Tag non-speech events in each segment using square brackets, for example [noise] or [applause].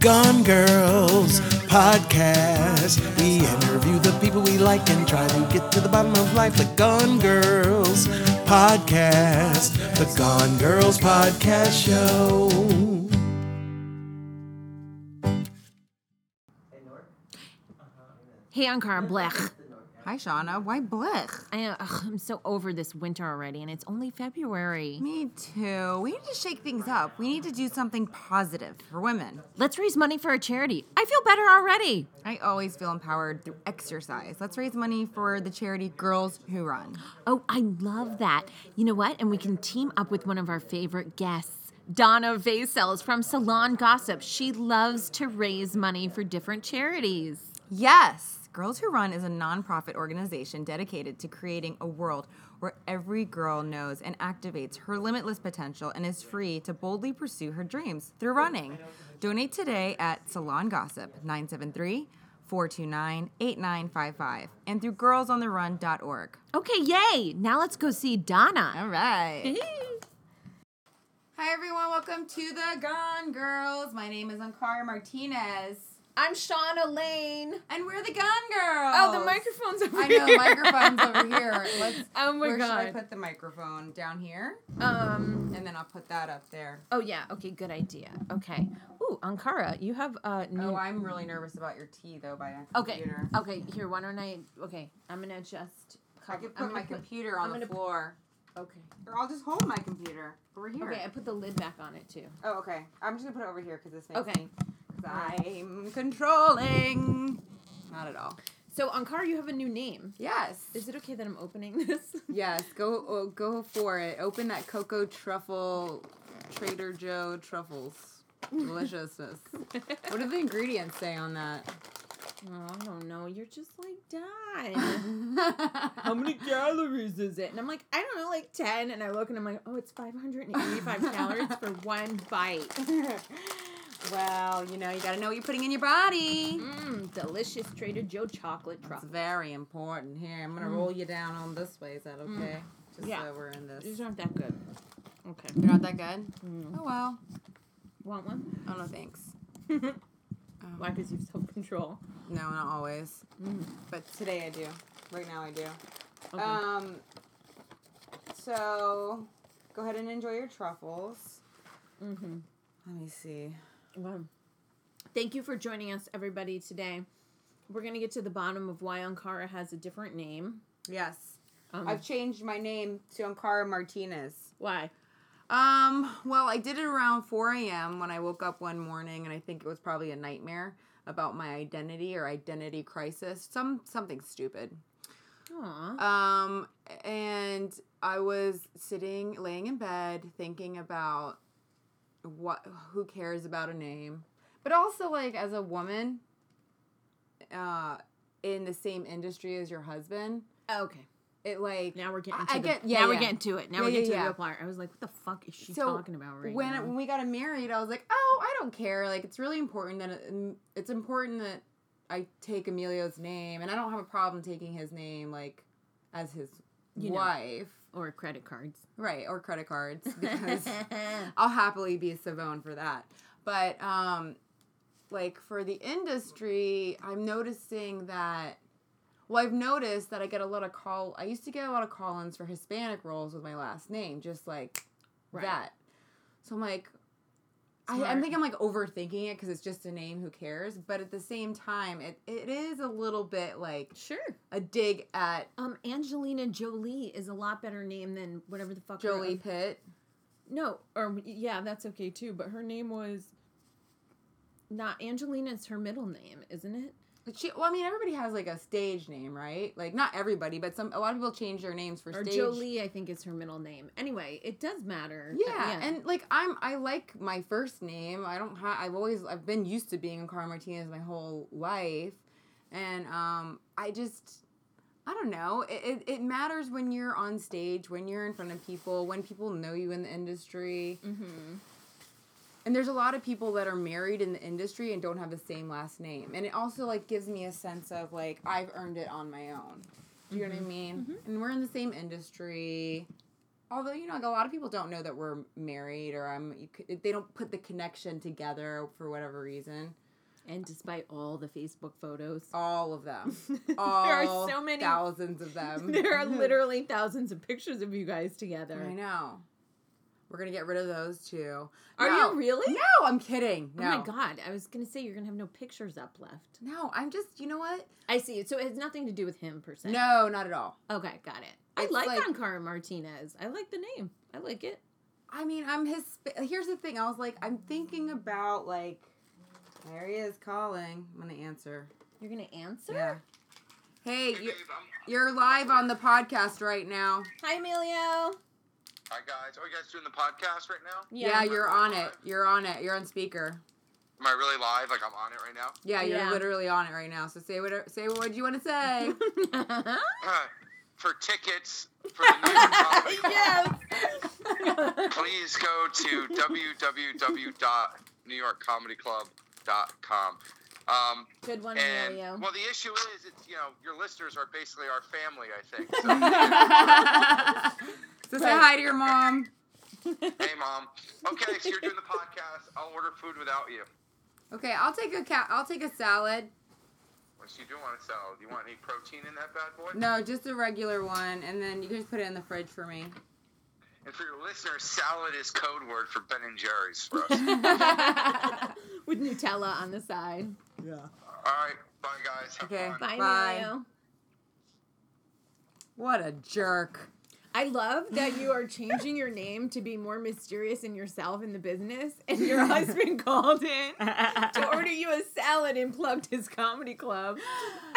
Gone Girls podcast. We interview the people we like and try to get to the bottom of life. The Gone Girls podcast. The Gone Girls podcast show. Hey, Ankara, blech. Hi, Shauna. Why blech? I know, ugh, I'm so over this winter already, and it's only February. Me too. We need to shake things up. We need to do something positive for women. Let's raise money for a charity. I feel better already. I always feel empowered through exercise. Let's raise money for the charity Girls Who Run. Oh, I love that. You know what? And we can team up with one of our favorite guests, Donna Vasels from Salon Gossip. She loves to raise money for different charities. Yes, Girls Who Run is a nonprofit organization dedicated to creating a world where every girl knows and activates her limitless potential and is free to boldly pursue her dreams through running. Donate today at Salon Gossip 973 429 8955 and through girlsontherun.org. Okay, yay! Now let's go see Donna. All right. Hi, everyone. Welcome to the Gone Girls. My name is Ankara Martinez, I'm Shauna Lane. and we're the Gone Girls. Oh, the microphone's over I know, the here. microphone's over here. Let's, [laughs] Oh my where Where God. should I put the microphone? Down here? Um, And then I'll put that up there. Oh yeah. Okay. Good idea. Okay. Ooh, Ankara, you have uh new. Oh, I'm really nervous about your tea, though, by that okay. computer. Okay. Here. Why don't I? Okay. I'm gonna just. I cover- could I'm put my gonna computer on I'm the gonna- floor. Okay. Or I'll just hold my computer over here. Okay. I put the lid back on it too. Oh, okay. I'm just going to put it over here because this makes Okay. me... 'cause I'm controlling. Not at all. So Ankara, you have a new name. Yes. Is it okay that I'm opening [laughs] this? [laughs] Yes, go oh, go for it. Open that cocoa truffle, Trader Joe truffles. [laughs] Deliciousness. what do the ingredients say on that? [laughs] oh, I don't know. You're just like done. [laughs] How many calories is it? And I'm like, I don't know, like ten. And I look and I'm like, oh, it's [laughs] 585 calories for one bite. [laughs] well, you know, you gotta know what you're putting in your body. Mmm, delicious Trader Joe chocolate It's truffle. very important. Here, I'm gonna roll you down on this way. Is that okay? Just Yeah. so we're in this. These aren't that good. Okay. They're not that good? Oh, well. Want one? Oh, no, thanks. [laughs] Um, Why? Because you have self control. No, not always. Mm-hmm. But today I do. Right now I do. Um, so go ahead and enjoy your truffles. hmm Let me see. Thank you for joining us, everybody, today. We're going to get to the bottom of why Ankara has a different name. Yes. Um, I've changed my name to Ankara Martinez. Why? Um, well, I did it around 4 a.m. when I woke up one morning, and I think it was probably a nightmare about my identity or identity crisis, some something stupid. Aw. Um, and I was sitting, laying in bed, thinking about what, who cares about a name, but also like as a woman, uh, in the same industry as your husband, okay. it like Now we're getting. To I- I the, get- yeah, Now we're yeah. getting to it. Now Yeah, we're yeah, getting to yeah. the real part. I was like, "What the fuck is she So, talking about right when now?" when we got married, I was like, oh, I don't care. Like it's really important that it, mm, it's important that I take Emilio's name, and I don't have a problem taking his name like as his You know. wife, or credit [laughs] cards. right, or credit cards [laughs] because I'll happily be a Savone for that. But um, like for the industry, I'm noticing that. Well, I've noticed that I get a lot of call. I used to get a lot of call-ins for Hispanic roles with my last name, just like Right. that. So I'm like, I, I Smart. think I'm like overthinking it because it's just a name. Who cares? But at the same time, it, it is a little bit like sure. a dig at Um, Angelina Jolie is a lot better name than whatever the fuck. her- Jolie Pitt. No, or yeah, that's okay too. But her name was not Angelina's her middle name, isn't it? But she, well, I mean, everybody has like a stage name, right? Like not everybody, but some a lot of people change their names for Or stage. Jolie, I think is her middle name. Anyway, it does matter. Yeah, Uh, and like I'm, I like my first name. I don't have. I've always, I've been used to being Cara Martinez my whole life, and um, I just, I don't know. It, it it matters when you're on stage, when you're in front of people, when people know you in the industry. Mm-hmm. And there's a lot of people that are married in the industry and don't have the same last name, and it also like gives me a sense of like Mm-hmm. I've earned it on my own. Do you know what I mean? And we're in the same industry. Although you know, like a lot of people don't know that we're married, or I'm. You, c- they don't put the connection together for whatever reason. And despite all the Facebook photos, All of them. [laughs] there All are so many. thousands of them. [laughs] There [laughs] are literally thousands of pictures of you guys together. I know. We're gonna get rid of those too. Are No. you really? No, I'm kidding. No. Oh my god! I was gonna say you're gonna have no pictures up left. No, I'm just. You know what? I see. it. So it has nothing to do with him per se. No, not at all. Okay, got it. I It's like, like- Ankara Martinez. I like the name. I like it. I mean, I'm his. Here's the thing. I was like, I'm thinking about like. There he is calling. I'm gonna answer. You're gonna answer? Yeah. Hey, you're, um, you're live on the podcast right now. Hi, Emilio. Hi guys. Are you guys doing the podcast right now? Yeah, you're on it. You're on it. You're on speaker. Am I really live? Like I'm on it right now? [clears throat] Yeah, you're Yeah. literally on it right now. So say what say what you [laughs] want to say. for tickets for the new [laughs] comedy, yes. please go to www.newyorkcomedyclub.com. Um, Good one, and [laughs] Emilio. well, the issue is, it's you know, your listeners are basically our family. I think. [laughs] So, so say hi to your mom. hey, mom. Okay, so you're doing the podcast. I'll order food without you. Okay, I'll take a cat. I'll take a salad. Unless you do want a salad. You want any protein in that bad boy? No, just a regular one, and then you can just put it in the fridge for me. And for your listeners, salad is code word for Ben and Jerry's for [laughs] us. With Nutella on the side. Yeah. All right. Bye, guys. Have Okay, fun. Bye, Bye. Emilio. What a jerk. I love that you are changing your name to be more mysterious in yourself in the business, and [laughs] your husband called in to order you a salad and plugged his comedy [laughs] club. [laughs]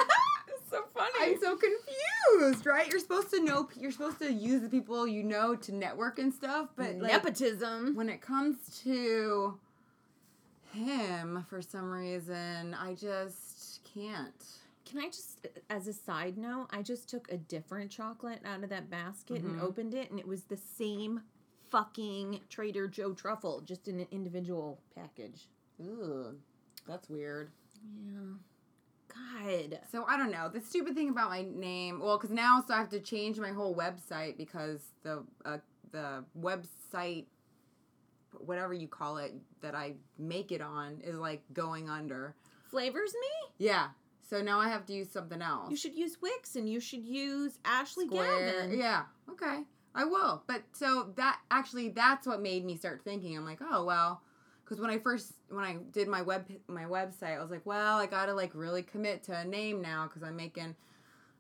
it's so funny. I'm so confused, right? You're supposed to know. You're supposed to use the people you know to network and stuff, but like, Nepotism. when it comes to him, for some reason, I just can't. Can I just, as a side note, I just took a different chocolate out of that basket and Mm-hmm. opened it, and it was the same fucking Trader Joe truffle, just in an individual package. Ooh, that's weird. Yeah. God. So I don't know. The stupid thing about my name, well, because now so I have to change my whole website because the uh, the website, whatever you call it, that I make it on is like going under. Flavors me? Yeah. So now I have to use something else. You should use Wix and you should use Ashley Square. Gavin. Yeah. Okay. I will. But so that actually that's what made me start thinking. I'm like, oh well, because when I first when I did my web my website, I was like, well, I gotta like really commit to a name now because I'm making.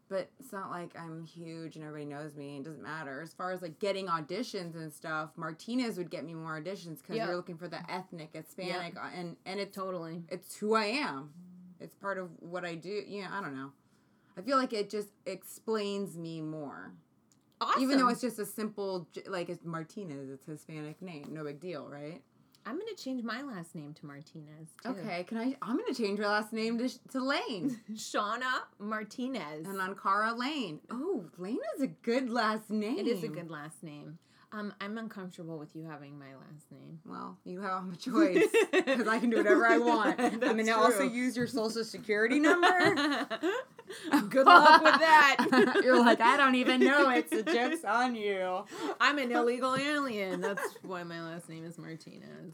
But it's not like I'm huge and everybody knows me. It doesn't matter. As far as like getting auditions and stuff, Martinez would get me more auditions because Yeah. you're looking for the ethnic Hispanic uh, and and it's Totally. it's who I am. It's part of what I do. Yeah, I don't know. I feel like it just explains me more. Awesome. Even though it's just a simple, j- like it's Martinez, it's a Hispanic name, no big deal, right? I'm going to change my last name to Martinez. Too. Okay, can I? I'm gonna change my last name to, to [laughs] Lane Shauna Martinez. and Ankara Lane. Oh, Lane is a good last name. It is a good last name. Um, I'm uncomfortable with you having my last name. Well, you have a [laughs] [laughs] choice because I can do whatever I [laughs] want. I That's mean, I also true. use your social security number. [laughs] [laughs] Good luck with [laughs] that. You're like, I don't even know it. So joke's on you. [laughs] I'm an illegal alien. That's why my last name is Martinez.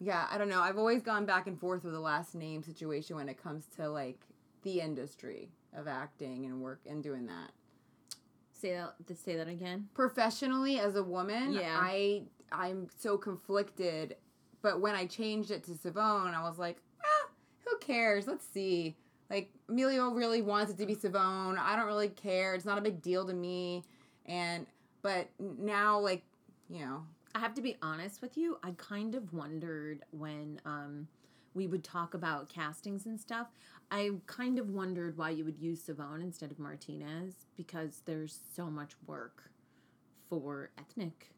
Yeah, I don't know. I've always gone back and forth with the last name situation when it comes to like the industry of acting and work and doing that. [laughs] Say that. Say that again. Professionally as a woman, Yeah. I I'm so conflicted. But when I changed it to Savone, I was like, ah, who cares? Let's see. Like Emilio really wants it to be Savone. I don't really care. It's not a big deal to me. And but now like, you know, I have to be honest with you. I kind of wondered when um, we would talk about castings and stuff. I kind of wondered why you would use Savone instead of Martinez because there's so much work for ethnic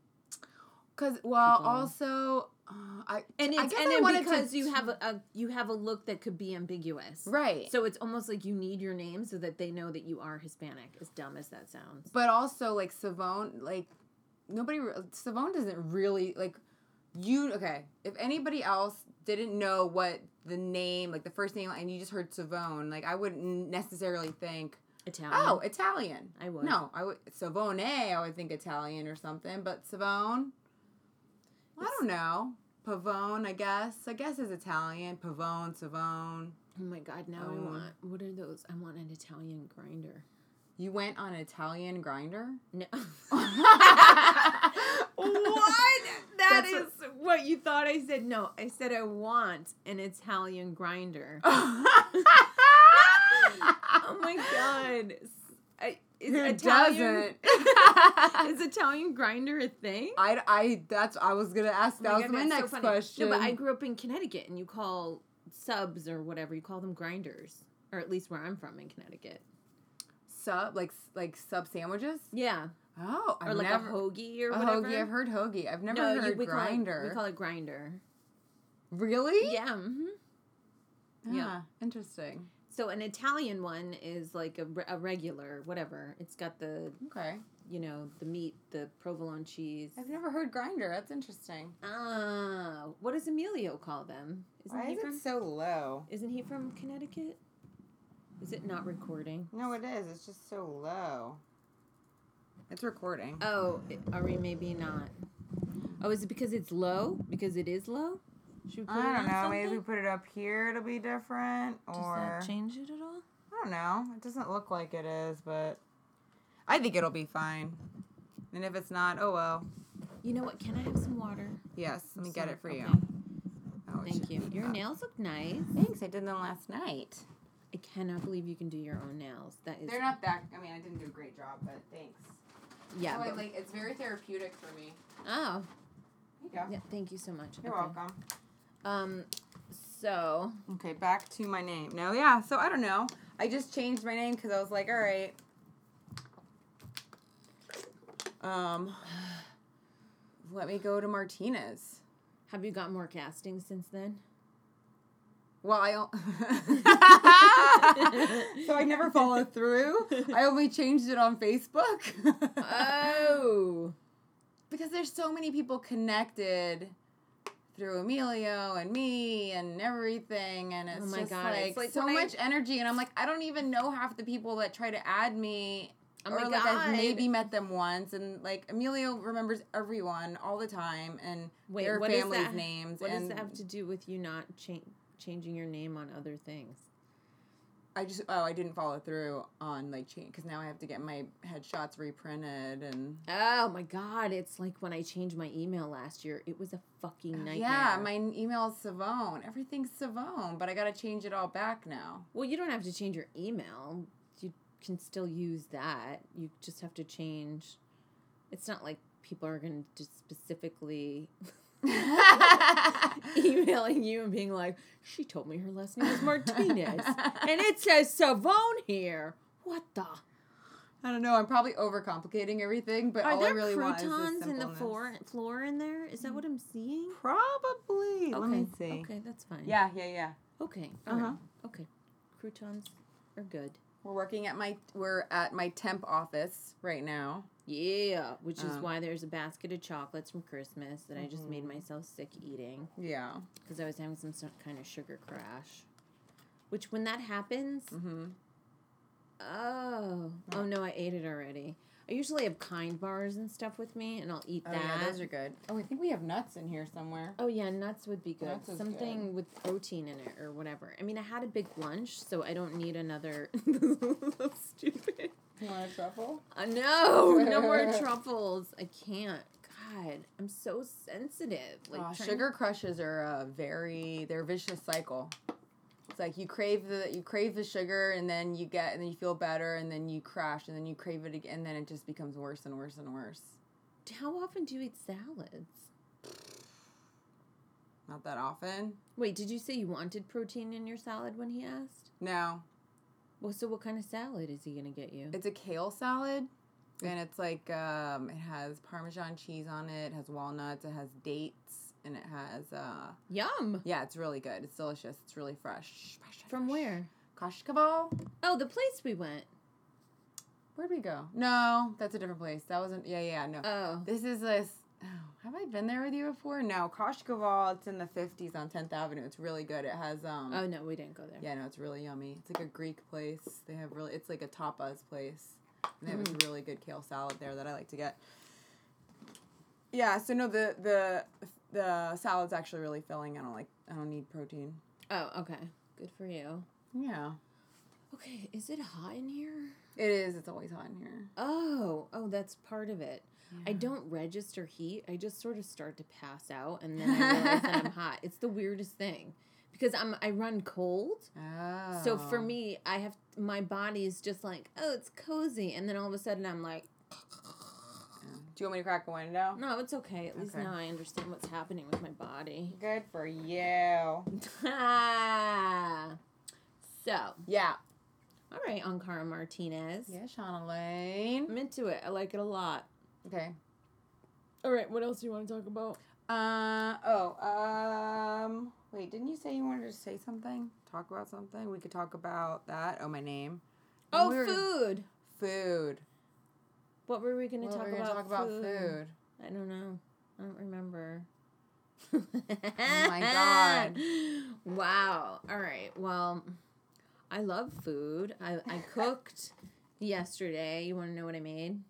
Cause well, people. also uh, I and I it's, guess and I then wanted to- because you have a, a you have a look that could be ambiguous, right. So it's almost like you need your name so that they know that you are Hispanic. As dumb as that sounds, but also like Savone, like nobody re- Savone doesn't really like you. Okay, if anybody else didn't know what the name, like the first name, and you just heard Savone, like I wouldn't necessarily think Italian. Oh, Italian. Um, I would. No, I would Savone. I would think Italian or something, but Savone. I don't know. Pavone, I guess. I guess is Italian. Pavone, Savone. Oh my god, now I Oh. want what are those? I want an Italian grinder. You went on an [laughs] Italian grinder. [laughs] No. what? That That's is what, you thought I said. No, I said I want an Italian [laughs] [laughs] grinder. oh my god. S- I, is Who Italian, doesn't? [laughs] Is Italian grinder a thing? [laughs] I, I that's I was gonna ask. Oh that was God, my that's so next funny. question. No, but I grew up in Connecticut, and you call subs or whatever you call them grinders, or at least where I'm from in Connecticut. sub like s- like sub sandwiches. Yeah, Oh, or I've like never a hoagie or a whatever. hoagie. I've heard hoagie. I've never you- heard we Call grinder. it, we call it grinder. really? Yeah. mhm. yeah. Ah, interesting. So an Italian one is like a, re- a regular, whatever. It's got the Okay, you know the meat, the provolone cheese. I've never heard grinder. That's interesting. Ah, what does Emilio call them? Isn't he from? so low? Isn't he from Connecticut? Is it not recording? No, it is. It's just so low. It's recording. Oh, it- are we maybe not? Oh, is it because it's low? Because it is low? Should we put it on Oh, something? put it up here, it'll be different. Does that change it at all? I don't know. It doesn't look like it is, but I think it'll be fine. And if it's not, oh well. You know what? Can I have some water? Yes, let me get it for you. Okay. Oh, it Thank should you. be Your up. nails look nice. Thanks, I did them last night. I cannot believe you can do your own nails. That is- They're not that. I mean, I didn't do a great job, but thanks. Yeah. Oh, I but- like it's very therapeutic for me. oh, Here you go. yeah. Thank you so much. You're Okay. welcome. Um, so Okay, back to my name. No, yeah. So I don't know. I just changed my name because I was like, all right. Um, [sighs] let me go to Martinez. have you got more castings since then? [laughs] Well, I [laughs] o- so I never followed through. I only changed it on Facebook Oh. [laughs] because there's so many people connected through Emilio and me and everything, and it's Oh my just God, like, it's like so when I- much energy. And I'm like, I don't even know half the people that try to add me. Oh or my like God. I've maybe met them once, and like Emilio remembers everyone all the time and Wait, their what does family's that- names. What does and that have to do with you not cha- changing your name on other things? I just oh I didn't follow through on like change because now I have to get my headshots reprinted and Oh my god, it's like when I changed my email last year. It was a fucking nightmare. yeah my email's Savone everything's Savone but I gotta change it all back [laughs] now Well, you don't have to change your email. You can still use that. You just have to change. It's not like people are going to specifically [laughs] emailing you and being like, she told me her last name is [laughs] Martinez. and it says Savone here. What the? I don't know I'm probably overcomplicating everything but Are all I there really want is croutons the in the simpleness. floor, floor in there? Is that what I'm seeing? probably let me see Okay, that's fine. yeah yeah yeah Okay. Uh huh. alright. Okay. Croutons are good. We're working at my we're at my temp office right now. Yeah, which is Um, why there's a basket of chocolates from Christmas that I just made Mm-hmm. myself sick eating Yeah. because I was having some sort kind of sugar crash. Which, when that happens, Mm-hmm. oh, oh no, I ate it already. I usually have kind bars and stuff with me, and I'll eat Oh that. yeah, those are good. Oh, I think we have nuts in here somewhere. Oh yeah, nuts would be good. Nuts is Something with protein in it or whatever. I mean, I had a big lunch, so I don't need another. [laughs] That's stupid. You want a truffle? [laughs] Uh, no, no [laughs] more truffles. I can't. God, I'm so sensitive. Like Aw, trying- sugar crushes are a very they're a vicious cycle. It's like you crave the you crave the sugar and then you get and then you feel better and then you crash and then you crave it again and then it just becomes worse and worse and worse. How often do you eat salads? Not that often. Wait, did you say you wanted protein in your salad when he asked? No, Well, so what kind of salad is he gonna get you? it's a kale salad, and it's like um, it has Parmesan cheese on it, it has walnuts, it has dates, and it has uh, Yum. yeah, it's really good. It's delicious. It's really fresh. fresh, fresh From fresh. where? Kashkaval. Oh, the place we went. Where'd we go? No, that's a different place. That wasn't. Yeah, yeah, no. Oh, This is a. s- Oh Have I been there with you before? No, Koshkoval. It's in the fifties on Tenth Avenue. It's really good. It has um. Oh no, we didn't go there. Yeah, no, it's really yummy. It's like a Greek place. They have really. It's like a tapas place. And they have Hmm. a really good kale salad there that I like to get. Yeah. So no, the the the salad's actually really filling. I don't like. I don't need protein. Oh, okay. Good for you. Yeah. Okay, is it hot in here? It is. It's always hot in here. Oh, oh, that's part of it. I don't register heat. I just sort of start to pass out, and then I realize that [laughs] I'm hot. It's the weirdest thing because I'm I run cold. Oh. So for me, I have my body is just like, oh, it's cozy, and then all of a sudden I'm like, Yeah. Do you want me to crack a window? no, it's okay. At least Okay. now I understand what's happening with my body. [laughs] Good for you. so, Yeah. all right, Ankara Martinez. Yeah, Shauna Lane. I'm into it. I like it a lot. Okay. All right, what else do you want to talk about? Uh oh. Um. Wait, didn't you say you wanted to say something? Talk about something? We could talk about that. Oh, my name. Oh, We're- food. Food. What were we going to Well, talk, we're gonna about, talk about food? food. I don't know. I don't remember. Oh [laughs] my God. Wow. All right. Well, I love food. I, I [laughs] cooked yesterday. You want to know what I made?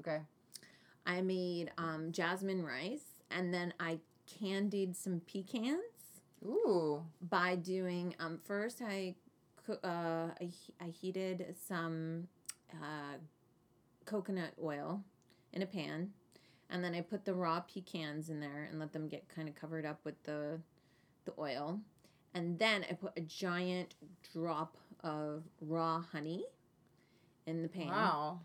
Okay. I made um, jasmine rice and then I candied some pecans Ooh. by doing um, first I coo- uh, I, he- I heated some uh, coconut oil in a pan and then I put the raw pecans in there and let them get kind of covered up with the the oil and then I put a giant drop of raw honey in the pan Wow.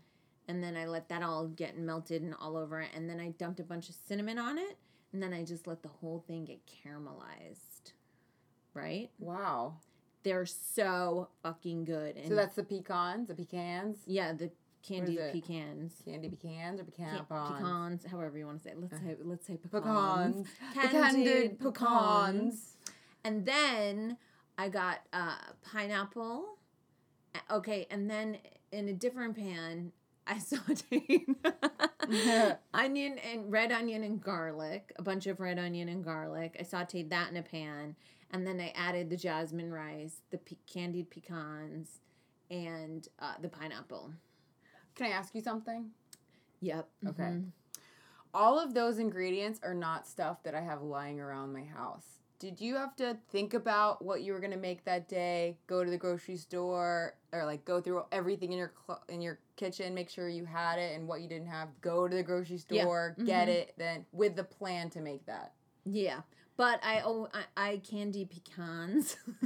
and then I let that all get melted and all over it, and then I dumped a bunch of cinnamon on it, and then I just let the whole thing get caramelized. Right? Wow. They're so fucking good. And So that's the pecans, the pecans, yeah, the candied it? pecans. candy pecans, or pecan Pe- pecans. pecans, however you want to say. it. Let's say let's say pecans. Pecans. The candied pecans. And then I got uh, pineapple. Uh, Okay, and then in a different pan, I [laughs] sauteed onion [laughs] and red onion and garlic, a bunch of red onion and garlic. I sauteed that in a pan, and then I added the jasmine rice, the pe- candied pecans, and uh, the pineapple. Can I ask you something? Yep. Okay. mhm. all of those ingredients are not stuff that I have lying around my house. Did you have to think about what you were gonna make that day? Go to the grocery store, or like go through everything in your cl- in your kitchen, make sure you had it and what you didn't have. Go to the grocery Yeah. Mm-hmm. store, get it, then with the plan to make that. Yeah, but I oh I, I candy pecans. [laughs]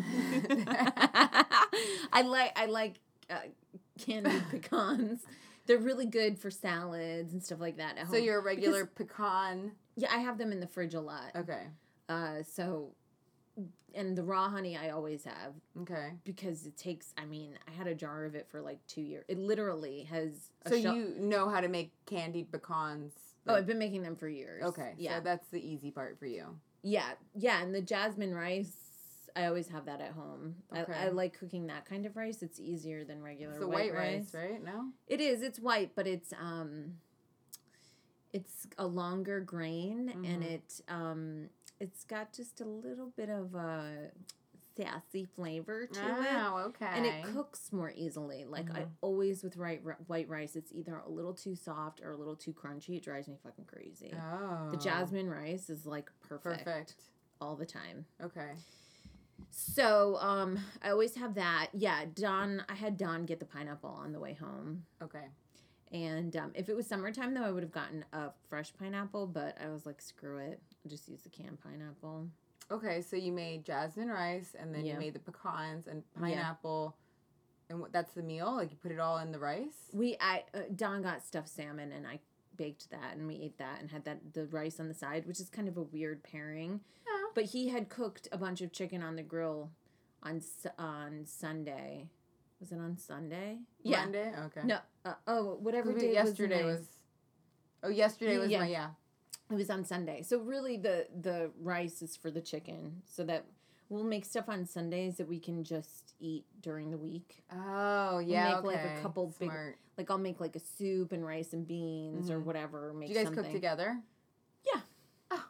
I like I like uh, [laughs] candied pecans. They're really good for salads and stuff like that at home. So you're a regular pecan. yeah, I have them in the fridge a lot. Okay. Uh, so and the raw honey I always have Okay. because it takes. I mean, I had a jar of it for like two years. It literally has. A So shel- you know how to make candied pecans. Oh, I've been making them for years. okay. Yeah. So that's the easy part for you. Yeah, yeah, and the jasmine rice, I always have that at home. Okay. I, I like cooking that kind of rice. It's easier than regular It's the white, rice, right? No. It is. It's white, but it's um, it's a longer grain, Mm-hmm. and it um, it's got just a little bit of a sassy flavor to it. Oh, okay. Mm-hmm. And it cooks more easily. Like I always with right, white rice, it's either a little too soft or a little too crunchy. It drives me fucking crazy. Oh. The jasmine rice is like perfect, Perfect. all the time. Okay. So um, I always have that. Yeah, Don. I had Don get the pineapple on the way home, Okay. and um, if it was summertime though, I would have gotten a fresh pineapple. But I was like, screw it, I'll just use the canned pineapple. Okay, so you made jasmine rice and then Yeah. you made the pecans and pineapple. And what, that's the meal? Like you put it all in the rice? We I uh, Don got stuffed salmon, and I baked that, and we ate that, and had that the rice on the side, which is kind of a weird pairing. Yeah. But he had cooked a bunch of chicken on the grill on Su- on Sunday. Was it on Sunday? Yeah. Monday? Okay. No. Uh, oh, whatever 'Cause we- day yesterday was, was, nice. Oh, yesterday was Yeah. my yeah. It was on Sunday. So really the the rice is for the chicken so that we'll make stuff on Sundays that we can just eat during the week. Oh, yeah. make, like, a okay. couple big- Smart. Like I'll make like a soup and rice and beans or whatever, make Mm. Do you guys something. cook together? Oh, Yeah.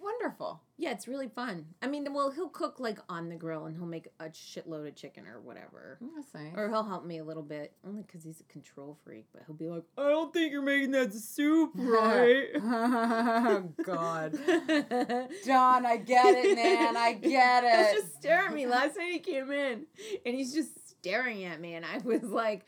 wonderful. Yeah, it's really fun. I mean, well, he'll cook like on the grill and he'll make a shitload of chicken or whatever. That's nice. [laughs] Or he'll help me a little bit, only because he's a control freak. But he'll be like, "I don't think you're making that [laughs] soup right." Oh, [laughs] God. Get John, I get it, [laughs] man. I get it. He's just staring at me. Last night he came in, and he's just staring at me, and I was like,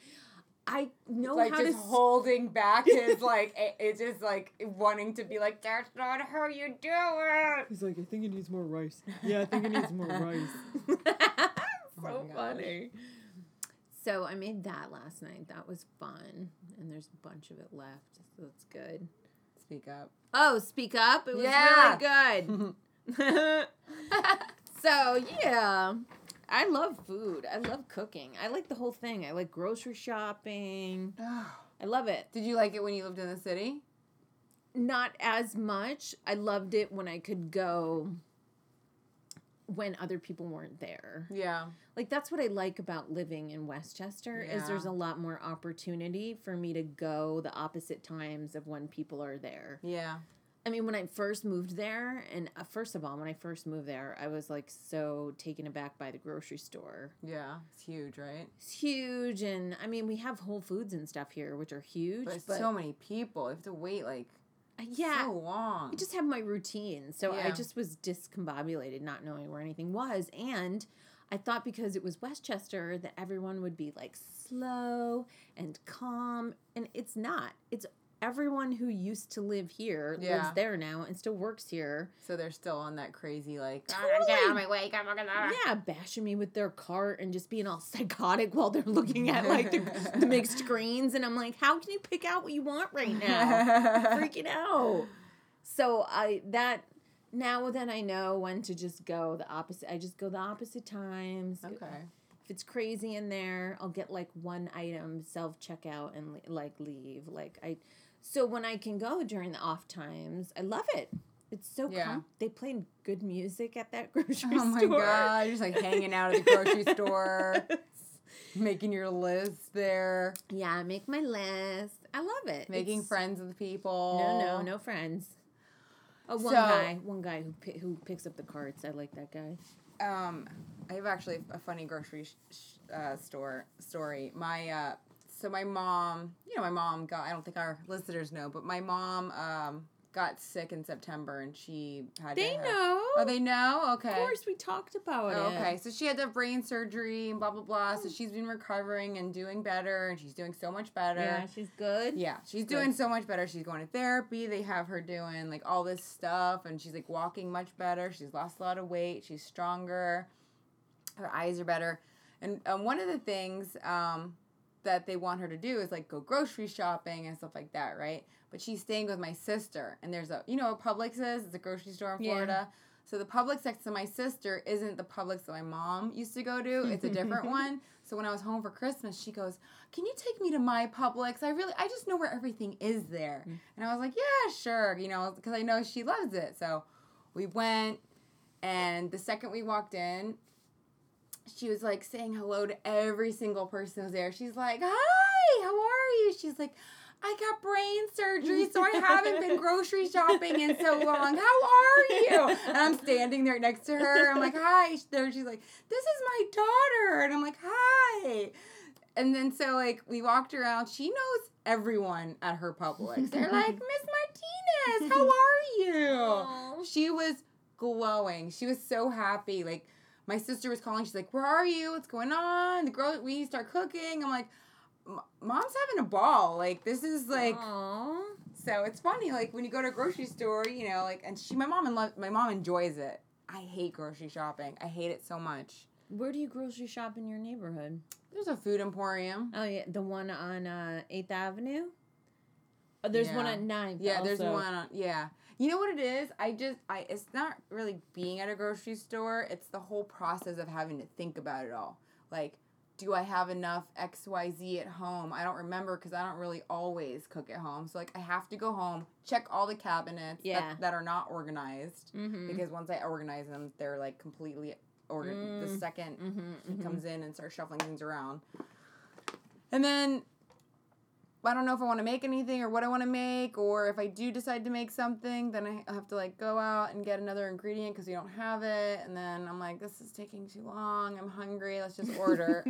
"I know like how to." [laughs] just holding back his like it- it's just like wanting to be like that's not how you do it. He's like, "I think it needs more rice." Yeah, I think it needs [laughs] more rice. Oh my so gosh. funny. So I made that last night. That was fun, and there's a bunch of it left, so it's good. Speak up. Oh, speak up! It was Yeah. really [laughs] good. [laughs] so yeah, I love food. I love cooking. I like the whole thing. I like grocery shopping. I love it. [sighs] Did you like it when you lived in the city? Not as much. I loved it when I could go when other people weren't there. Yeah. Like that's what I like about living in Westchester is Yeah. there's a lot more opportunity for me to go the opposite times of when people are there. Yeah. I mean, when I first moved there, and uh, first of all, when I first moved there, I was like so taken aback by the grocery store. Yeah. It's huge, right? It's huge, and I mean, we have Whole Foods and stuff here, which are huge. But, But, so many people. You have to wait like Uh, yeah, so long. I just have my routine. So I Yeah. just was discombobulated, not knowing where anything was. And I thought because it was Westchester that everyone would be like slow and calm. And it's not. It's everyone who used to live here lives Yeah. there now and still works here. so they're still on that crazy like "Ah, Totally. get out of my way, come on, come on." Yeah, bashing me with their cart and just being all [laughs] psychotic while they're looking at like the, [laughs] the big screens. And I'm like, how can you pick out what you want right now? [laughs] freaking out. So I that now then I know when to just go the opposite. I just go the opposite times. [laughs] okay. If it's crazy in there, I'll get like one item self checkout and like leave. Like I, so when I can go during the off times, I love it. It's so Yeah. com- they play good music at that [laughs] grocery Oh my store. god, just like hanging out at the grocery [laughs] store, making your list there, Yeah, I make my list. I love it. making It's- friends with people. No, no, no friends. Oh, one So- guy, one guy who pi- who picks up the carts. I like that guy. Um, I have actually a funny grocery sh- sh- uh, store story. My uh, so my mom, you know, my mom got. I don't think our listeners know, but my mom um got sick in September, and she had. They to have- know. Oh, they know. Okay. Of course, we talked about Oh, it. okay. So she had to have brain surgery and blah blah blah. Oh. So she's been recovering and doing better, and she's doing so much better. Yeah, she's good. Yeah, she's doing so much better. She's going to therapy. They have her doing like all this stuff, and she's like walking much better. She's lost a lot of weight. She's stronger. Her eyes are better. And um, one of the things um, that they want her to do is like go grocery shopping and stuff like that, right? But she's staying with my sister, and there's a you know what Publix is? It's a grocery store in Yeah. Florida. So the Publix next to my sister isn't the Publix that my mom used to go to. It's a different one. So when I was home for Christmas, she goes, "Can you take me to my Publix? I really, I just know where everything is there." And I was like, "Yeah, sure," you know, because I know she loves it. So we went, and the second we walked in, she was like saying hello to every single person who was there. She's like, "Hi, how are you?" She's like, "I got brain surgery, so I haven't been grocery shopping in so long. How are you?" And I'm standing there next to her. I'm like, "Hi." There, she's like, "This is my daughter," and I'm like, "Hi." And then so like we walked around. She knows everyone at her [laughs] Publix. They're like, "Miss Martinez, how are you?" Aw. She was glowing. She was so happy. Like my sister was calling. She's like, "Where are you? What's going on?" The girl we start cooking. I'm like, "M- "Mom's having a ball. Like this is like Aw. so it's funny. Like when you go to a grocery store, you know, like and she, my mom and my mom enjoys it. I hate grocery shopping. I hate it so much. Where do you grocery shop in your neighborhood? There's a food emporium. Oh yeah, the one on uh, 8th Avenue. Oh, there's one Yeah. on 9th. Yeah, there's also. one on yeah. You know what it is? I just I it's not really being at a grocery store, it's the whole process of having to think about it all. Like, do I have enough XYZ at home? I don't remember cuz I don't really always cook at home. So like I have to go home, check all the cabinets Yeah. that, that are not organized Mhm. because once I organize them, they're like completely or the 2nd Mhm, he comes in and starts shuffling things around. And then I don't know if I want to make anything or what I want to make, or if I do decide to make something, then I have to like go out and get another ingredient because we don't have it. And then I'm like, this is taking too long. I'm hungry. Let's just order. [laughs]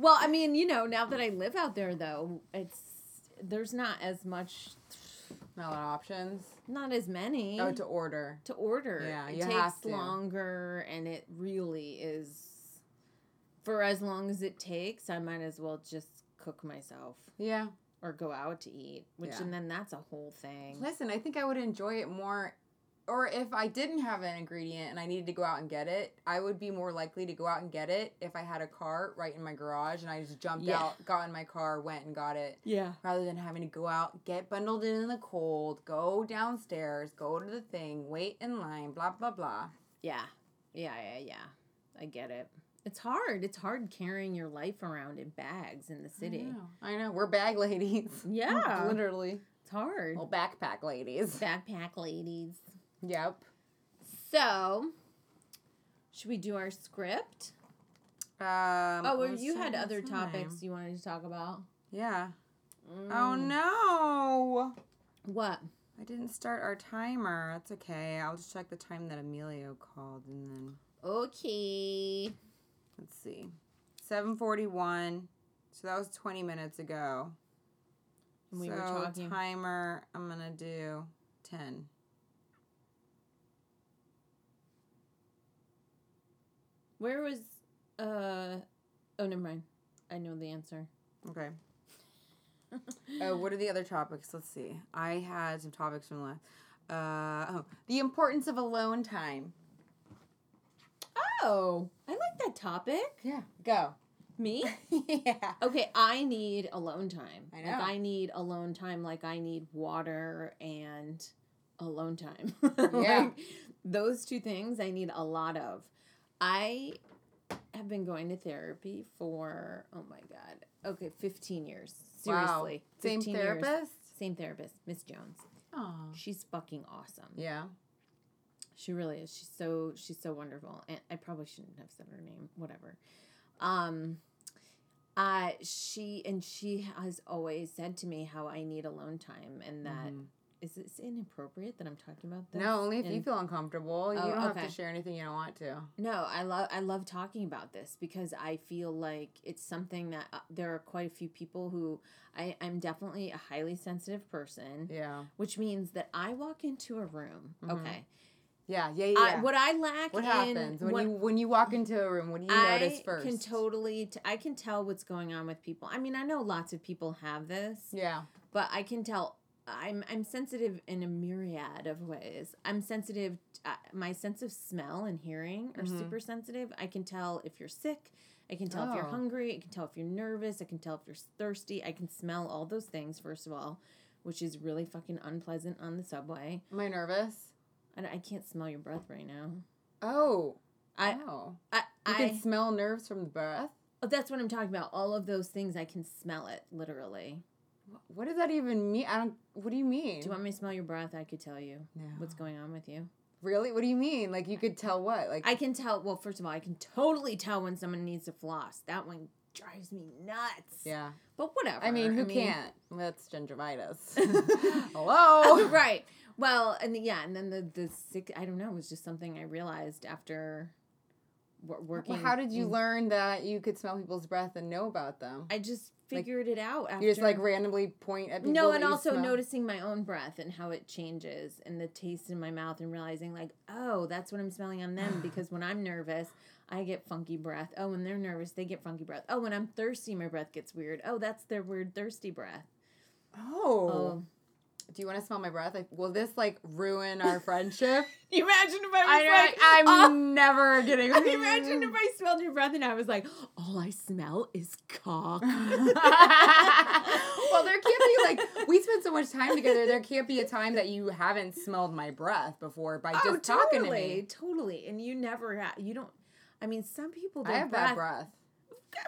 Well, I mean, you know, now that I live out there, though, it's there's not as much, Not a lot of options. not as many Oh, to order. to order. Yeah, it you takes have to. longer, and it really is. For as long as it takes, I might as well just cook myself Yeah. or go out to eat, which Yeah. and then that's a whole thing. Listen, I think I would enjoy it more. Or if I didn't have an ingredient and I needed to go out and get it, I would be more likely to go out and get it if I had a car right in my garage and I just jumped Yeah. out, got in my car, went and got it. Yeah. Rather than having to go out, get bundled in in the cold, go downstairs, go to the thing, wait in line, blah, blah, blah. Yeah. Yeah, yeah, yeah. I get it. It's hard. It's hard carrying your life around in bags in the I city. know. I know. We're bag ladies. Yeah. [laughs] Literally. It's hard. Well, backpack ladies. Backpack ladies. Yep. So, should we do our script? Um, oh, well, let's you check had the other time. topics you wanted to talk about. Yeah. Oh, Mm. no. What? I didn't start our timer. That's okay. I'll just check the time that Emilio called and then Okay. let's see. 7:41. So that was 20 minutes ago. And we so were talking. timer, I'm going to do 10. Where was? Uh. Oh, never mind. I know the answer. [laughs] Okay. Oh, what are the other topics? Let's see. I had some topics from last. Uh, oh, the importance of alone time. Oh, I like that topic. Yeah, go. [laughs] Me? [laughs] yeah. Okay, I need alone time. I Like know. I need alone time. Like I need water and alone time. [laughs] Yeah. Like, those two things I need a lot of. I have been going to therapy for oh my god, okay, fifteen years. Seriously, Wow. Same 15 years. therapist? Same therapist, Miss Jones. Aw. She's fucking awesome. Yeah. She really is. She's so she's so wonderful. And I probably shouldn't have said her name. Whatever. Um uh she and she has always said to me how I need alone time and that Mhm. is this inappropriate that I'm talking about this? No, only if you And- feel uncomfortable. you Oh, don't have okay. to share anything you don't want to. No, I love I love talking about this because I feel like it's something that uh, there are quite a few people who I I'm definitely a highly sensitive person, Yeah. which means that I walk into a room, Mhm. okay. Yeah, yeah, yeah. I, what what I lack in happens when what- you when you walk into a room? What do you I notice first? can totally. T- I can tell what's going on with people. I mean, I know lots of people have this, yeah, but I can tell. I'm I'm sensitive in a myriad of ways. I'm sensitive. Uh, my sense of smell and hearing are Mhm. super sensitive. I can tell if you're sick. I can tell if you're Oh. hungry. I can tell if you're nervous. I can tell if you're thirsty. I can smell all those things. First of all, which is really fucking unpleasant on the subway. am I nervous? And I can't smell your breath right now. Oh, I oh. I, you I can smell nerves from the breath. Oh, that's what I'm talking about. All of those things, I can smell it literally. Wh- What does that even mean? I don't. What do you mean? Do you want me to smell your breath? I could tell you no. what's going on with you. really? What do you mean? Like you could tell what? Like I can tell. Well, first of all, I can totally tell when someone needs to floss. That one drives me nuts. yeah. But whatever. I mean, who [laughs] can't? That's gingivitis. [laughs] Hello. oh, right. Well, and the- yeah, and then the the sick. I don't know. It was just something I realized after wo- working. Well, how did you in- learn that you could smell people's breath and know about them? I just Like, figured it out. After you just like randomly point at people. No, that and you also smell? noticing my own breath and how it changes and the taste in my mouth and realizing like, oh, that's what I'm smelling on [sighs] them because when I'm nervous, I get funky breath. Oh, when they're nervous, they get funky breath. Oh, when I'm thirsty, my breath gets weird. Oh, that's their weird thirsty breath. Oh. Oh. Do you want to smell my breath? Like, will this like ruin [laughs] our friendship? You [laughs] imagine if I was I know, like, like, I'm oh. never getting. [laughs] Can you [laughs] imagine if I smelled your breath and I was like, all I smell is cock. well, there [laughs] can't be like we spend so much time together. There can't be a time that you haven't smelled my breath before by just talking to Oh, totally, me. totally. And you never, ha- you don't. I mean, some people. I their have bad breath, God,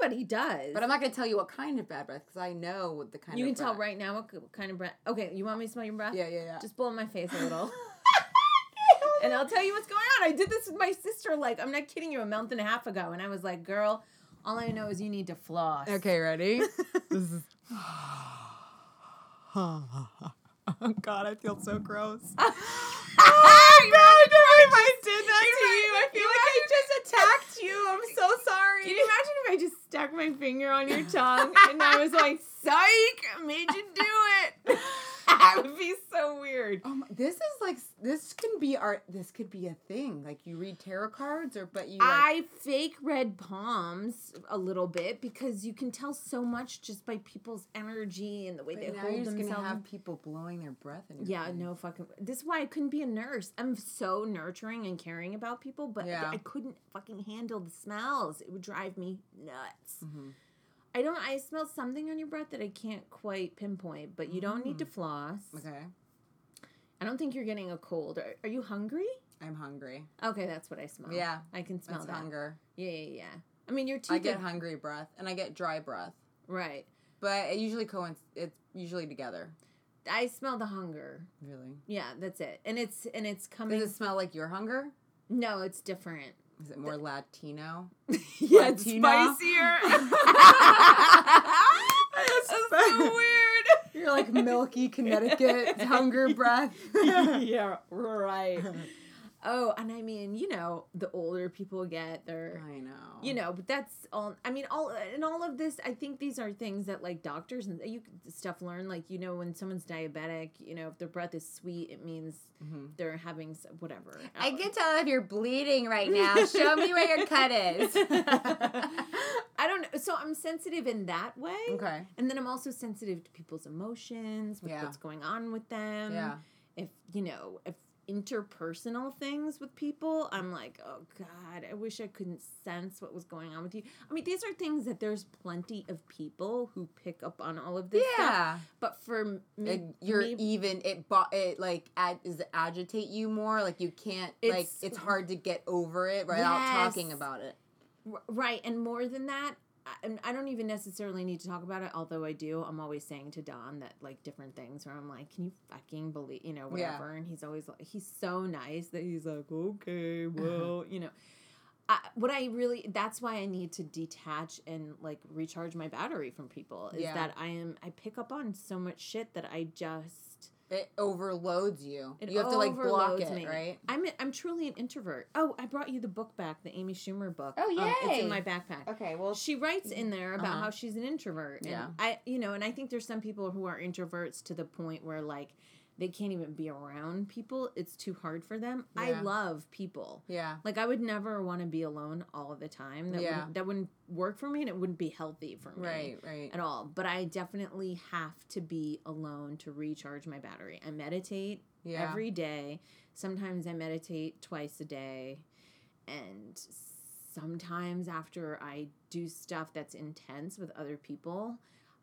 Everybody does. but I'm not going to tell you what kind of bad breath because I know what the kind. You of can tell breath. right now what c- what kind of breath. Okay, you want me to smell your breath? Yeah, yeah, yeah. Just blow in my face a [laughs] little. and I'll tell you what's going on. I did this with my sister, like, I'm not kidding you, a month and a half ago. And I was like, girl, All I know is you need to floss. [laughs] Okay, [laughs] ready? this is. Oh God, I feel so gross. oh God, if I did that to you, I feel like I just [laughs] attacked you. I'm so sorry. Can you imagine if I just stuck my finger on [laughs] your tongue and I was like, "Psych, made you do [laughs] it." [laughs] that would be so weird. Oh my, this is like s- this can be our this could be a thing. Like you read tarot cards or but you like, I fake red palms a little bit because you can tell so much just by people's energy and the way but they now hold you're just themselves. gonna have Mm. people blowing their breath in your yeah, face. no fucking. This is why I couldn't be a nurse. I'm so nurturing and caring about people, but Yeah. I, I couldn't fucking handle the smells. It would drive me nuts. Mhm. I don't. I smell something on your breath that I can't quite pinpoint, but you don't need to floss. Mm. Okay, I don't think you're getting a cold. Are, are you hungry? I'm hungry. Okay, that's what I smell. Yeah, I can smell That's that. hunger. Yeah, yeah, yeah. I mean, your teeth. I get are- hungry breath and I get dry breath, right. but it usually coinc It's usually together. I smell the hunger. Really? Yeah, that's it. And it's and it's coming. Does it smell like your hunger? no, it's different. [laughs] Is it more Latino? yeah, [laughs] it's [laughs] spicier. that's so You're [laughs] like milky Connecticut hunger breath. weird. [laughs] yeah, right. Oh, and I mean, you know, the older people get, they're I know. you know but that's all i mean all in all of this i think these are things that like doctors and you could- stuff learn like you know when someone's diabetic you know if their breath is sweet it means Mhm. they're having s- whatever I [laughs] can tell if you're bleeding right now. Show me where your [laughs] cut is. [laughs] i don't know so i'm sensitive in that way okay. and then i'm also sensitive to people's emotions with Yeah. what's going on with them Yeah. if you know if interpersonal things with people i'm like oh god i wish i couldn't sense what was going on with you i mean these are things that there's plenty of people who pick up on all of this stuff Yeah. but for me Like you're me- even it bo- it like ad- is it agitate you more like you can't like It's- it's hard to get over it without Yes. talking about it. r- right and more than that I, and I don't even necessarily need to talk about it although i do i'm always saying to don that like different things where i'm like can you fucking believe you know Yeah. whatever and he's always like he's so nice that he's like okay Uh-huh. well you know I, what I really that's why I need to detach and like recharge my battery from people is Yeah. that I am I pick up on so much shit that I just It overloads you. It you have to like block overloads it, me. right? I'm I'm truly an introvert. Oh, I brought you the book back, the Amy Schumer book. Um, Oh, it's yay. in my backpack. Okay, well She writes in there about Uh-huh. how she's an introvert. And Yeah. I you know, and I think there's some people who are introverts to the point where like they can't even be around people. It's too hard for them. I Yeah. love people. yeah. Like I would never want to be alone all the time. That Yeah. wouldn't, that wouldn't work for me and it wouldn't be healthy for me. Right, right. At all, but I definitely have to be alone to recharge my battery. I meditate Yeah. every day. Sometimes I meditate twice a day. And sometimes after I do stuff that's intense with other people,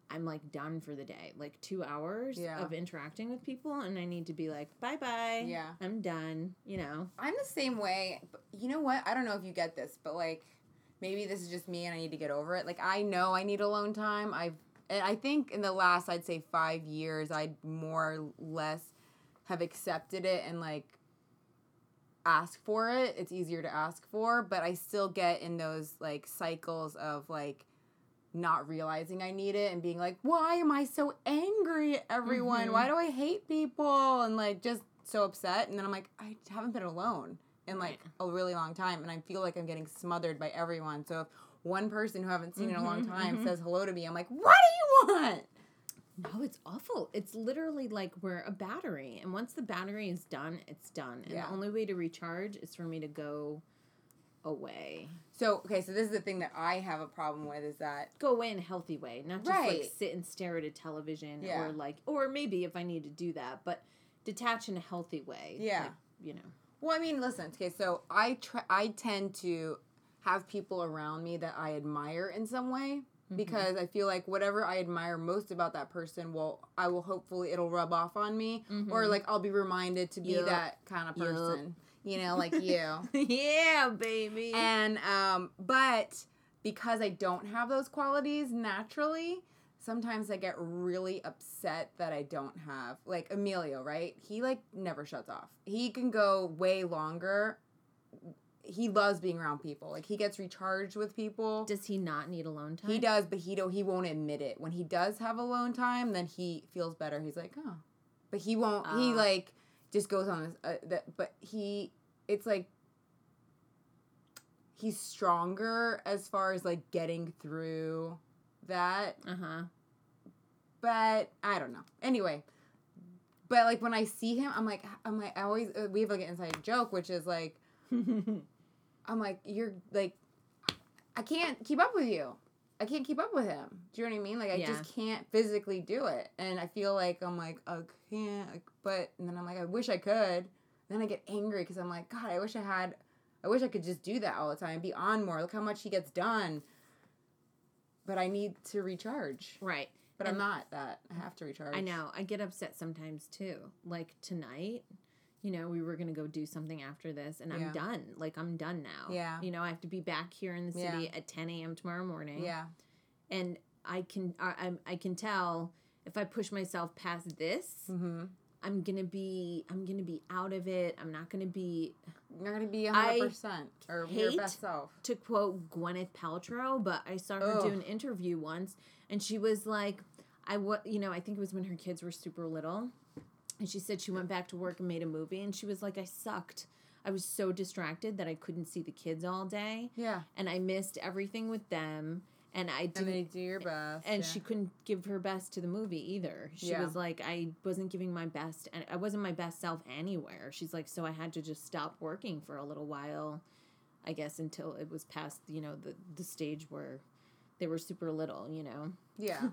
I'm like done for the day. Like two hours Yeah. of interacting with people, and I need to be like, bye bye. Yeah. I'm done. You know? I'm the same way. But you know what? I don't know if you get this, but like maybe this is just me and I need to get over it. Like I know I need alone time. I've and I think in the last I'd say 5 years I'd more or less have accepted it and like ask for it. It's easier to ask for, but I still get in those like cycles of like not realizing I need it and being like, why am I so angry at everyone? Mhm. Why do I hate people? And like just so upset. And then I'm like, I haven't been alone in like a really long time. And I feel like I'm getting smothered by everyone. So if one person who I haven't seen in a long Mhm, time mhm. says hello to me, I'm like, what do you want? No, Oh, it's awful. It's literally like we're a battery. And once the battery is done, it's done. And Yeah. the only way to recharge is for me to go away. So, okay, so this is the thing that I have a problem with is that go away in a healthy way, not just Right. like sit and stare at a television Yeah. or like, or maybe if I need to do that, but detach in a healthy way. Yeah. like, you know. [laughs] Well, I mean, listen. Okay, so I tr I tend to have people around me that I admire in some way Mm-hmm. because I feel like whatever I admire most about that person will I will hopefully it'll rub off on me or Mhm. like I'll be reminded to be Yup. that kind of Yup. person. You know, like you. [laughs] yeah, baby. And um, but because I don't have those qualities naturally, sometimes I get really upset that I don't have like Emilio, right? He like never shuts off. He can go way longer. he loves being around people. Like he gets recharged with people. Does he not need alone time? He does, but he don't, he won't admit it. When he does have alone time, then he feels better. He's like, oh, but he won't. he Ah. like just goes on this. Uh, that, but he, it's like he's stronger as far as like getting through that. Uh huh. But I don't know. Anyway, but like when I see him, I'm like, I'm like, I always uh, we have like an inside joke, which is like, I'm like, you're like, I can't keep up with you. I can't keep up with him. Do you know what I mean? Like, I just can't physically do it. And I feel like I'm like, I can't. like, But, and then I'm like, I wish I could. Then I get angry because I'm like, God, I wish I had, I wish I could just do that all the time, be on more. Look how much he gets done. But I need to recharge. right. But I'm And- not that. I have to recharge. I know. I get upset sometimes too. Like tonight, you know, we were gonna go do something after this, and Yeah. I'm done. Like I'm done now. Yeah. You know, I have to be back here in the Yeah. city at 10 a.m. tomorrow morning. Yeah. And I can I, I'm- I can tell if I push myself past this, Mm-hmm. I'm gonna be I'm gonna be out of it. I'm not gonna be You're going to be I 100% or your hate best self. to quote Gwyneth Paltrow, but I saw her Ugh. do an interview once, and she was like, "I what you know, I think it was when her kids were super little, and she said she went back to work and made a movie, and she was like, I sucked. I was so distracted that I couldn't see the kids all day, Yeah. and I missed everything with them, and I And didn't." they do your best. and yeah. she couldn't give her best to the movie either. She Yeah. was like, I wasn't giving my best, and I wasn't my best self anywhere. She's like, so I had to just stop working for a little while, I guess, until it was past, you know, the the stage where they were super little, you know. Yeah.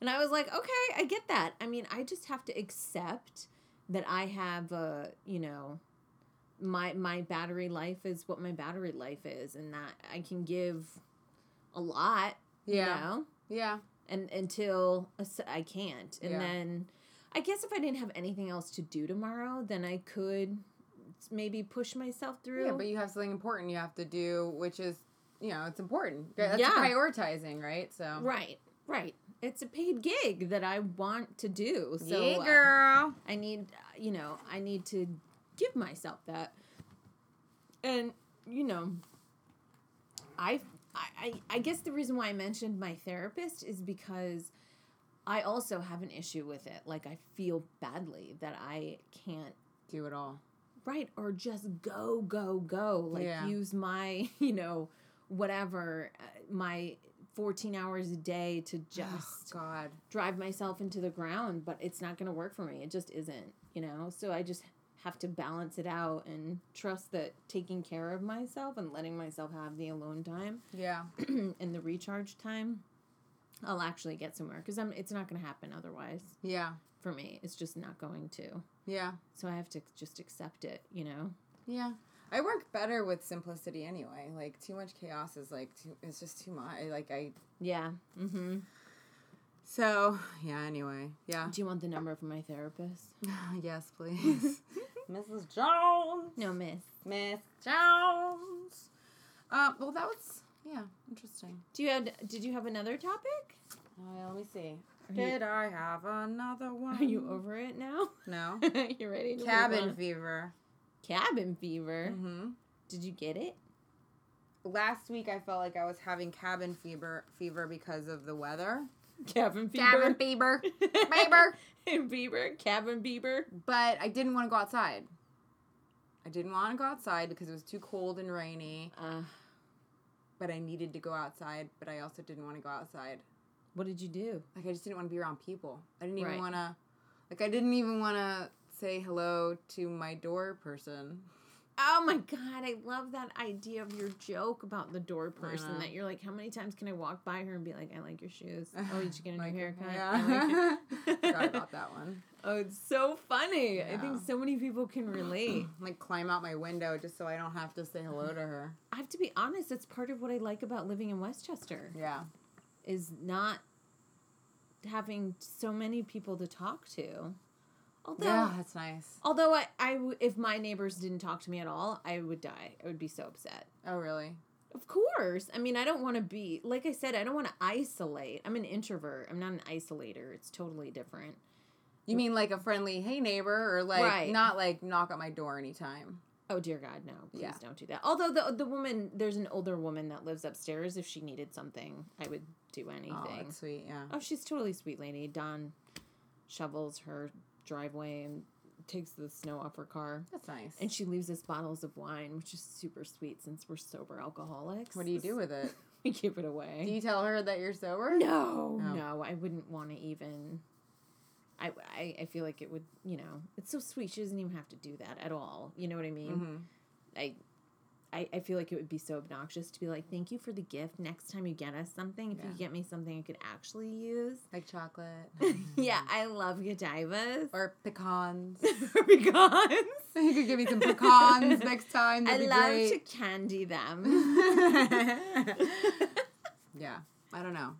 And I was like, okay, I get that. I mean, I just have to accept that I have a, you know, my my battery life is what my battery life is, and that I can give a lot, Yeah. you know Yeah. and until a s- I can't. And Yeah. then I guess if I didn't have anything else to do tomorrow, then I could s- maybe push myself through. Yeah, but you have something important you have to do, which is, you know, it's important. That's Yeah. prioritizing, right? So. right, right. It's a paid gig that I want to do. So uh, girl. I need, uh, you know, I need to give myself that. And, you know, I, I, I- I guess the reason why I mentioned my therapist is because I also have an issue with it. Like, I feel badly that I can't Do it all. right or just go go go like Yeah. use my [laughs] you know whatever uh, my 14 hours a day to just God. drive myself into the ground but it's not going to work for me it just isn't you know so i just have to balance it out and trust that taking care of myself and letting myself have the alone time [clears throat] Yeah. and the recharge time i'll actually get somewhere because i'm it's not going to happen otherwise Yeah. for me it's just not going to Yeah. so i have to just accept it you know Yeah. I work better with simplicity anyway. Like too much chaos is like too, it's just too much. Like I yeah mm-hmm so yeah. Anyway, yeah. [laughs] Do you want the number from my therapist? yes, [laughs] please, Mrs. Jones. No, miss. Miss Jones. Uh, well, that was yeah, interesting. Do you had did you have another topic? Uh, let me see. you- Did I have [laughs] another one? Are you over it now? [laughs] No. you ready to move Um, Cabin on? fever. cabin fever. Mm-hmm. Did you get it? [laughs] Last week I felt like I was having cabin fever fever because of the weather. Cabin [laughs] Cabin fever. Bieber. Bieber. Cabin Bieber. But I didn't want to go outside. I didn't want to go outside because it was too cold and rainy, Uh, but I needed to go outside, but I also didn't want to go outside. what did you do? Like I just didn't want to be around people. I didn't even Right. want to like I didn't even want to say hello to my door person. Oh my god, I love that idea of your joke about the door person. know. That you're like, how many times can I walk by her and be like, I like your [laughs] shoes. Oh, did you get a new Like, haircut? I like [laughs] Yeah. your-" [laughs] Forgot about that one. oh, it's so funny. I Yeah. think so many people can [clears throat] relate. like climb out my window just so I don't have to say hello to her. I have to be honest, that's part of what I like about living in Westchester Yeah. is not having so many people to talk to. Although Yeah, that's nice. although I, I w- if my neighbors didn't talk to me at all, I would die. I would be so upset. Oh, really? Of course. I mean, I don't want to be like I said, I don't want to isolate. I'm an introvert. I'm not an isolator. It's totally different. You mean like a friendly hey neighbor or like Right. not like knock at my door anytime. Oh dear God, no! Please Yeah. don't do that. Although the the woman, there's an older woman that lives upstairs. If she needed something, I would do anything. Oh, Oh, that's sweet. Yeah. she's totally sweet lady. Don shovels her driveway and takes the snow off her car, That's nice. and she leaves us bottles of wine, which is super sweet since we're sober alcoholics. what do you do with it? [laughs] We give it away. Do you Oh. tell her that you're sober? No, No. no, I wouldn't want to even. I, I I feel like it would, you know, it's so sweet. She doesn't even have to do that at all. You know what I mean? Mhm. I, I I feel like it would be so obnoxious to be like, "Thank you for the gift. Next time you get us something, if you Yeah. get me something I could actually use." Like [laughs] chocolate yeah, I love Godivas Mm-hmm. or [laughs] pecans. or pecans. you could give me some pecans next time. I That'd be love great. to candy [laughs] them. [laughs] yeah. I don't know.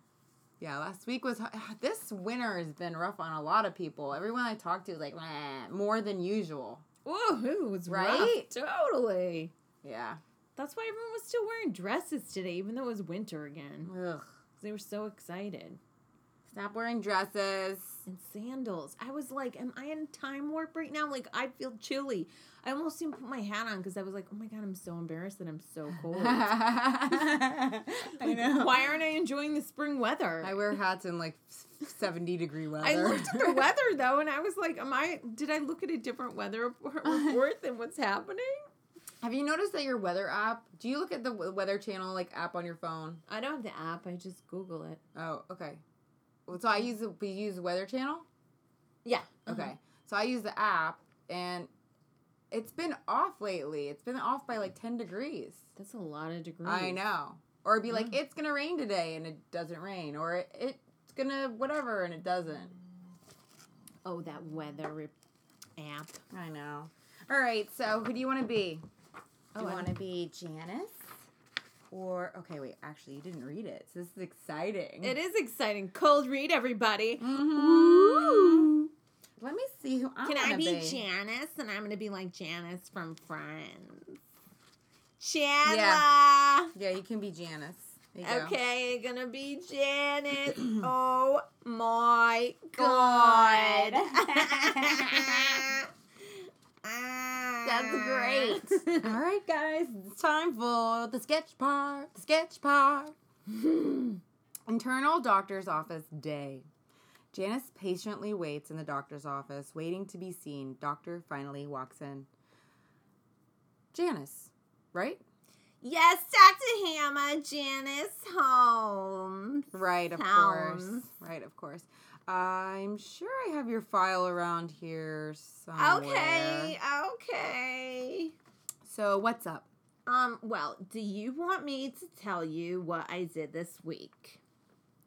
Yeah, last week was [sighs] this winter has been rough on a lot of people. Everyone I talked to is like "Meh," more than usual. Whoa, it was Right? right? Totally. Yeah. That's why everyone was still wearing dresses today, even though it was winter again. Ugh. They were so excited. Stop wearing dresses. [laughs] And sandals. I was like, am I in time warp right now? Like, I feel chilly. I almost didn't put my hat on because I was like, oh my God, I'm so embarrassed that I'm [laughs] so cold. Like, I know. Why aren't I enjoying the spring weather? I wear hats in like 70 degree weather. I looked at the weather though, and I was like, am I, did I look at a different weather report- report than what's happening? [laughs] Have you noticed that your weather app? Do you look at the w- weather channel like app on your phone? I don't have the app, I just Google it. Oh, okay. Well, so I use the we use the weather channel. Yeah. Okay. Mm-hmm. So I use the app and it's been off lately. It's been off by like 10 degrees. That's a lot of degrees. I know. Or it'd be like it's going to rain today and it doesn't rain or it, it's going to whatever and it doesn't. Oh, that weather re- app. I know. All right, so who do you want to be? Do Oh, you I- want to be Janice? Or okay, wait. Actually, you didn't read it, so this is exciting. It is exciting. Cold read, everybody. Mm-hmm. Ooh. Let me see who I Can I wanna be be Janice? And I'm gonna be like Janice from Friends. Yeah. Chandler. Yeah, you can be Janice. There you go. Okay, you're gonna be [clears throat] Janice. oh my god. God. [laughs] That's great. All right, guys, it's time for the sketch part. The [gasps] sketch part. Internal doctor's office day. Janice patiently waits in the doctor's office, waiting to be seen. Doctor finally walks in. Janice, right? [laughs] yes, Dr. Hannah, Janice Holmes. Right, of course. Sounds. Right, of course. I'm sure I have your file around here somewhere. Okay, okay. So, what's up? Um, well, do you want me to tell you what I did this week?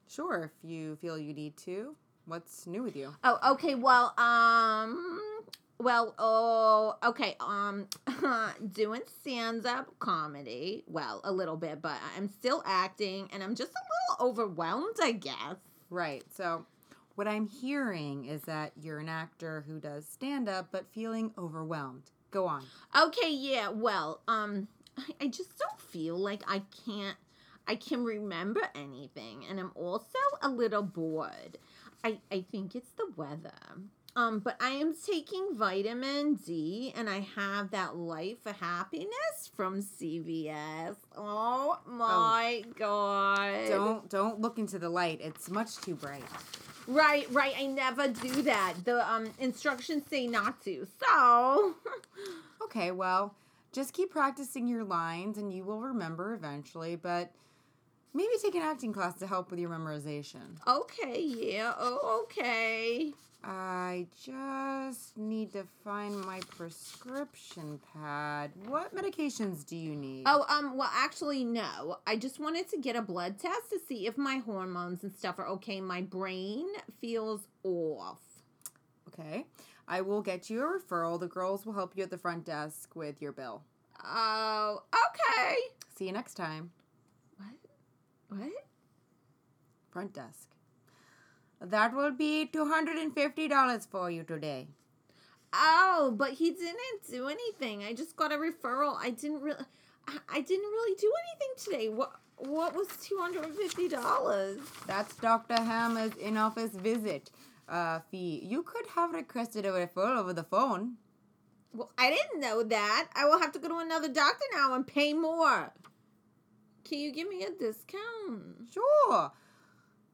Sure, if you feel you need to. What's new with you? Oh, okay. Well, um, well, oh, okay. Um, [laughs] doing stand up comedy. Well, a little bit, but I'm still acting and I'm just a little overwhelmed, I guess. Right. So, what I'm hearing is that you're an actor who does stand up but feeling overwhelmed. Go on. Okay, yeah. Well, um, I, I just don't feel like I can't. I can remember anything, and I'm also a little bored. I I think it's the weather. Um, but I am taking vitamin D, and I have that Life for Happiness from CVS. Oh my god! Don't don't look into the light. It's much too bright. Right, right. I never do that. The um instructions say not to. So. [laughs] Okay, well, just keep practicing your lines and you will remember eventually, but maybe take an acting class to help with your memorization. Okay, yeah. Oh, okay. I just need to find my prescription pad. What medications do you need? Oh, um, well, actually, no. I just wanted to get a blood test to see if my hormones and stuff are okay. My brain feels off. Okay. I will get you a referral. The girls will help you at the front desk with your bill. Oh, okay. See you next time. What? What? Front desk. That will be $250 for you today. Oh, but he didn't do anything. I just got a referral. I didn't really, I, I didn't really do anything today. What? What was two hundred and fifty dollars? That's Dr. Hammer's in office visit uh, fee. You could have requested a referral over the phone. Well, I didn't know that. I will have to go to another doctor now and pay more. Can you give me a discount? Sure.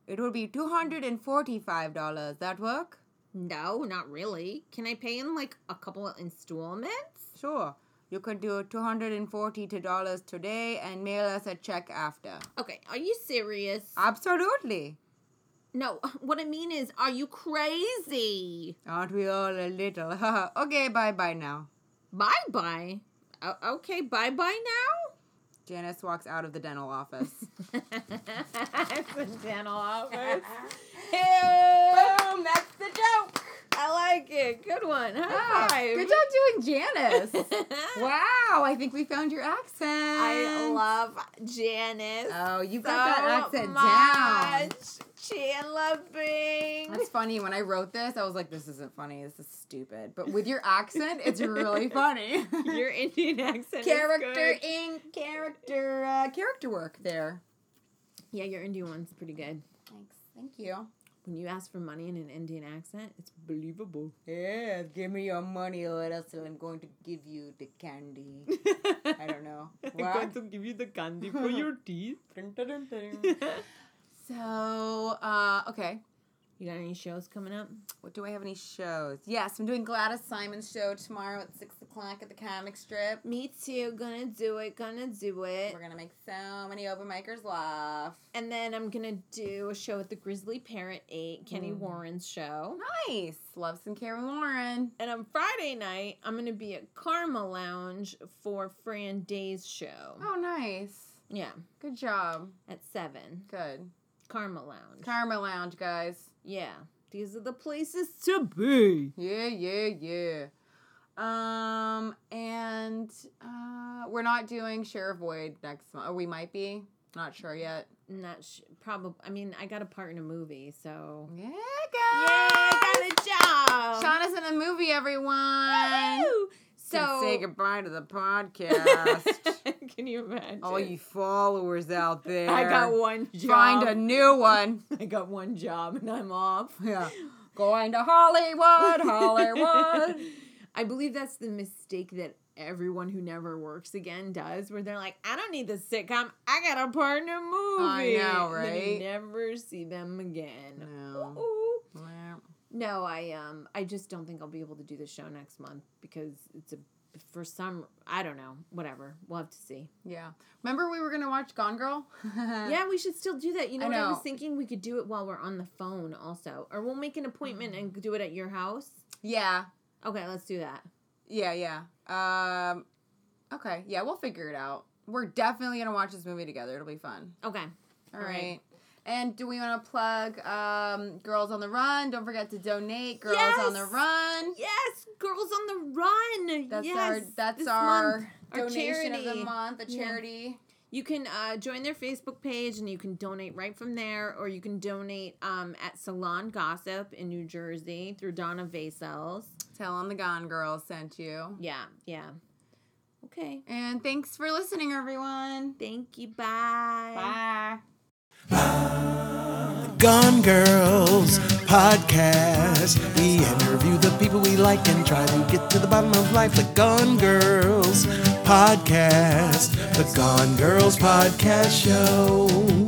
It will be $245. That work? No, not really. Can I pay in like a couple of installments? Sure. You could do $240 today and mail us a check after. Okay, are you serious? Absolutely. no, [laughs] what I mean is, are you crazy? Aren't we all a little? [laughs] okay, bye bye now. Bye bye. O- okay, bye bye [laughs] now? Janice walks out of the dental office. it's a dental [laughs] office. Boom! That's the joke! I like it. Good one. Ah, High five. good job doing [laughs] Janice! wow. wow, I think we found your accent. [laughs] I love Janice. Oh, you so got that accent down. much. Chandler Bing. That's funny. When I wrote this, I was like, this isn't funny. This is stupid. But with your accent, it's [laughs] really funny. [laughs] Your Indian accent. character Is good. in character uh, character work there. Yeah, your Indian one's pretty good. Thanks. Thank you. When you ask for money in an Indian accent, it's [laughs] believable. Yeah, give me your money or else I'm going to give you the [laughs] candy. I don't know. What? to give you the candy for your [laughs] teeth. you so, got uh, okay. any shows coming up? What do I have any shows? Yes, I'm doing Gladys Simon's show tomorrow at six o'clock at the comic strip. Me too. Gonna do it. Gonna do it. We're gonna make so many open micers laugh. And then I'm gonna do a show at the Grizzly Parent Eight, Kenny Warren's show. Nice. Love some Karen Warren. And on Friday night, I'm going to be at Karma Lounge for Fran Day's show. Oh, nice. Yeah, Good job. at 7. Good. Karma Lounge. Karma Lounge, guys. yeah, these are the places to be. Yeah, yeah, yeah. Um, and uh, we're not doing Share Void next month. Or we might be. Not sure yet. Not sh- probably. I mean, I got a part in a movie, so. Yeah, Yay, guys. I got a job. Shauna's in a movie, everyone. Woo! So say So. goodbye to the [laughs] [laughs] podcast. Can you imagine? All Oh, you followers out there, I got one job. find a new one. [laughs] I got one job and I'm off. [laughs] [laughs] Yeah, going to Hollywood, Hollywood. I believe that's the mistake that everyone who never works again does, where they're like, I don't need the sitcom. I got a partner movie. know, And then you right? never see them again. No. Ooh. Yeah. No, I um, I just don't think I'll be able to do the show next month because it's a for some I don't know whatever we'll have to see. [laughs] Yeah. Remember we were gonna watch Gone Girl? [laughs] Yeah, we should still do that. You know, I what I was know. thinking we could do it while we're on the phone also, or we'll make an appointment and do it at your house. Yeah. Okay, let's do that. Yeah, yeah. Um okay, yeah, we'll figure it out. We're definitely gonna watch this movie together. It'll be fun. Okay. All All right. right. And do we wanna plug um Girls on the Run? Don't forget to donate Girls on the Yes! Run. Yes, Girls on the Run. That's yes, our that's this our month, donation of the charity. month, a Yeah. charity. You can uh, join their Facebook page and you can donate right from there, or you can donate um, at Salon Gossip in New Jersey through Donna Vasells. Tell them the Gone Girl sent you. Yeah, yeah. Okay. And thanks for listening, everyone. Thank you. Bye. Bye. Gone Girls podcast. We interview the people we like and try to get to the bottom of life. The Gone Girls podcast. The Gone Girls podcast show.